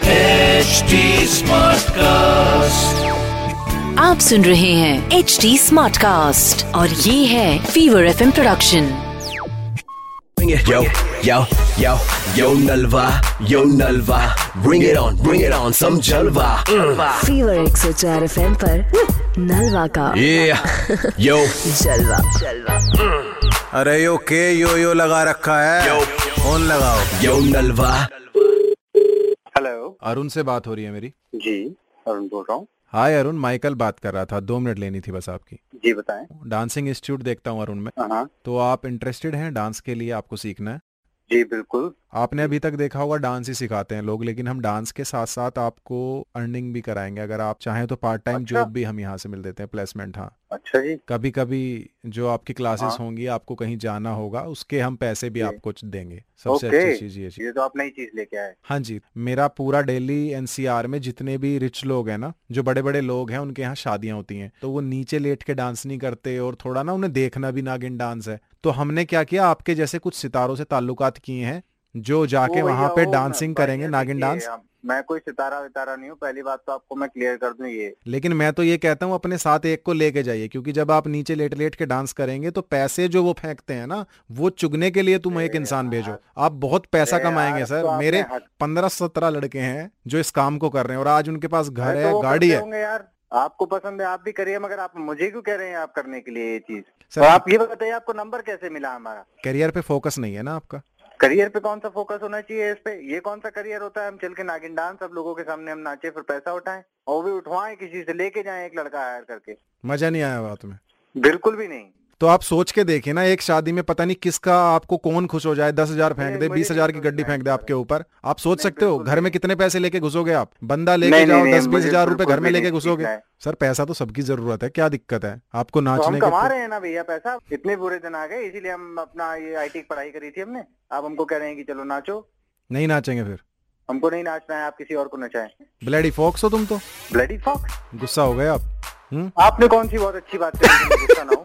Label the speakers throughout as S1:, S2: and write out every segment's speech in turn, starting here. S1: HD Smartcast.
S2: आप सुन रहे हैं एच डी स्मार्ट कास्ट और ये है fever F production
S3: Yo, yo, yo, yo Nalva, yo Nalva, bring it on, bring it on, some Jalva. Mm.
S2: Fever एक सौ चार एफ एम नलवा का
S3: Yeah, yo,
S2: जलवा
S4: अरे यो के यो यो लगा रखा है
S3: Yo.
S4: फोन लगाओ
S3: yo Nalva,
S5: हेलो
S4: अरुण से बात हो रही है मेरी
S5: जी अरुण बोल रहा हूँ
S4: हाय अरुण माइकल बात कर रहा था दो मिनट लेनी थी बस आपकी
S5: जी बताएं
S4: डांसिंग इंस्टीट्यूट देखता हूँ अरुण में
S5: हाँ
S4: तो आप इंटरेस्टेड हैं डांस के लिए आपको सीखना है
S5: जी बिल्कुल
S4: आपने अभी तक देखा होगा डांस ही सिखाते हैं लोग लेकिन हम डांस के साथ साथ आपको अर्निंग भी कराएंगे अगर आप चाहें तो पार्ट टाइम
S5: अच्छा।
S4: जॉब भी हम यहाँ से मिल देते हैं प्लेसमेंट हाँ
S5: अच्छा जी
S4: कभी कभी जो आपकी क्लासेस
S5: हाँ।
S4: होंगी आपको कहीं जाना होगा उसके हम पैसे भी
S5: जी।
S4: आपको देंगे सबसे
S5: ओके
S4: अच्छी चीज ये चीज
S5: ये तो आप नई चीज लेके आए
S4: हाँ जी मेरा पूरा डेली एनसीआर में जितने भी रिच लोग हैं ना जो बड़े बड़े लोग हैं उनके यहाँ शादियां होती हैं तो वो नीचे लेट के डांस नहीं करते और थोड़ा ना उन्हें देखना भी नागिन डांस है तो हमने क्या किया आपके जैसे कुछ सितारों से ताल्लुकात किए हैं जो जाके
S5: ओ तो भैया,
S4: वहां पे
S5: ओ
S4: डांसिंग
S5: भैया,
S4: करेंगे नागिन
S5: देखिए,
S4: डांस
S5: आप- मैं कोई सितारा वितारा नहीं हूँ पहली बात तो आपको मैं क्लियर कर दूं ये
S4: लेकिन मैं तो ये कहता हूँ अपने साथ एक को लेके जाइए क्योंकि जब आप नीचे लेट लेट के डांस करेंगे तो पैसे जो वो फेंकते हैं ना वो चुगने के लिए तुम एक
S5: अरे
S4: इंसान भेजो
S5: यार।
S4: आप बहुत पैसा
S5: अरे
S4: कमाएंगे
S5: यार,
S4: सर
S5: तो आपने
S4: मेरे
S5: हद-
S4: पंद्रह सत्रह लड़के हैं जो इस काम को कर रहे हैं और आज उनके पास घर
S5: अरे
S4: है
S5: तो वो
S4: गाड़ी
S5: करते
S4: है
S5: होंगे यार आपको पसंद है आप भी करिए मगर आप मुझे क्यों कह रहे हैं आप करने के लिए ये चीज
S4: सर
S5: और आप ये बताइए आपको नंबर कैसे मिला हमारा
S4: करियर पे फोकस नहीं है ना आपका
S5: करियर पे कौन सा फोकस होना चाहिए इस पे ये कौन सा करियर होता है हम चल के नागिन डांस सब लोगों के सामने हम नाचे फिर पैसा उठाएं और वो भी उठवाएं किसी से लेके जाएं एक लड़का हायर करके
S4: मजा नहीं आया बात में
S5: बिल्कुल भी नहीं
S4: तो आप सोच के देखिए ना एक शादी में पता नहीं किसका आपको कौन खुश हो जाए दस हजार फेंक
S5: नहीं,
S4: दे
S5: मुझे
S4: बीस हजार की
S5: बिल्कुल
S4: गड्डी
S5: नहीं
S4: फेंक दे आपके ऊपर आप सोच
S5: नहीं,
S4: सकते हो
S5: बिल्कुल
S4: घर में
S5: नहीं।
S4: कितने पैसे लेके घुसोगे आप बंदा लेके
S5: नहीं,
S4: जाओ
S5: नहीं,
S4: दस बीस
S5: मुझे
S4: हजार रुपए घर
S5: बिल्कुल
S4: में
S5: भी
S4: लेके
S5: नहीं
S4: घुसोगे
S5: सीखना है।
S4: सर पैसा तो सबकी जरूरत है क्या दिक्कत है आपको
S5: तो हम
S4: नाचने
S5: कमा
S4: के
S5: रहे हैं ना भैया पैसा इतने बुरे दिन आ गए इसीलिए हम अपना ये आईटी की पढ़ाई करी थी हमने आप हमको कह रहे हैं कि चलो नाचो
S4: नहीं नाचेंगे फिर
S5: हमको नहीं नाचना है आप किसी और को नचाएं
S4: ब्लैडी फॉक्स हो तुम तो
S5: ब्लडी फॉक्स
S4: गुस्सा हो गए आप हम्म
S5: आपने कौन सी बहुत अच्छी बात करी कि मैं गुस्सा ना हूं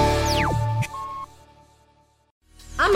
S6: I'm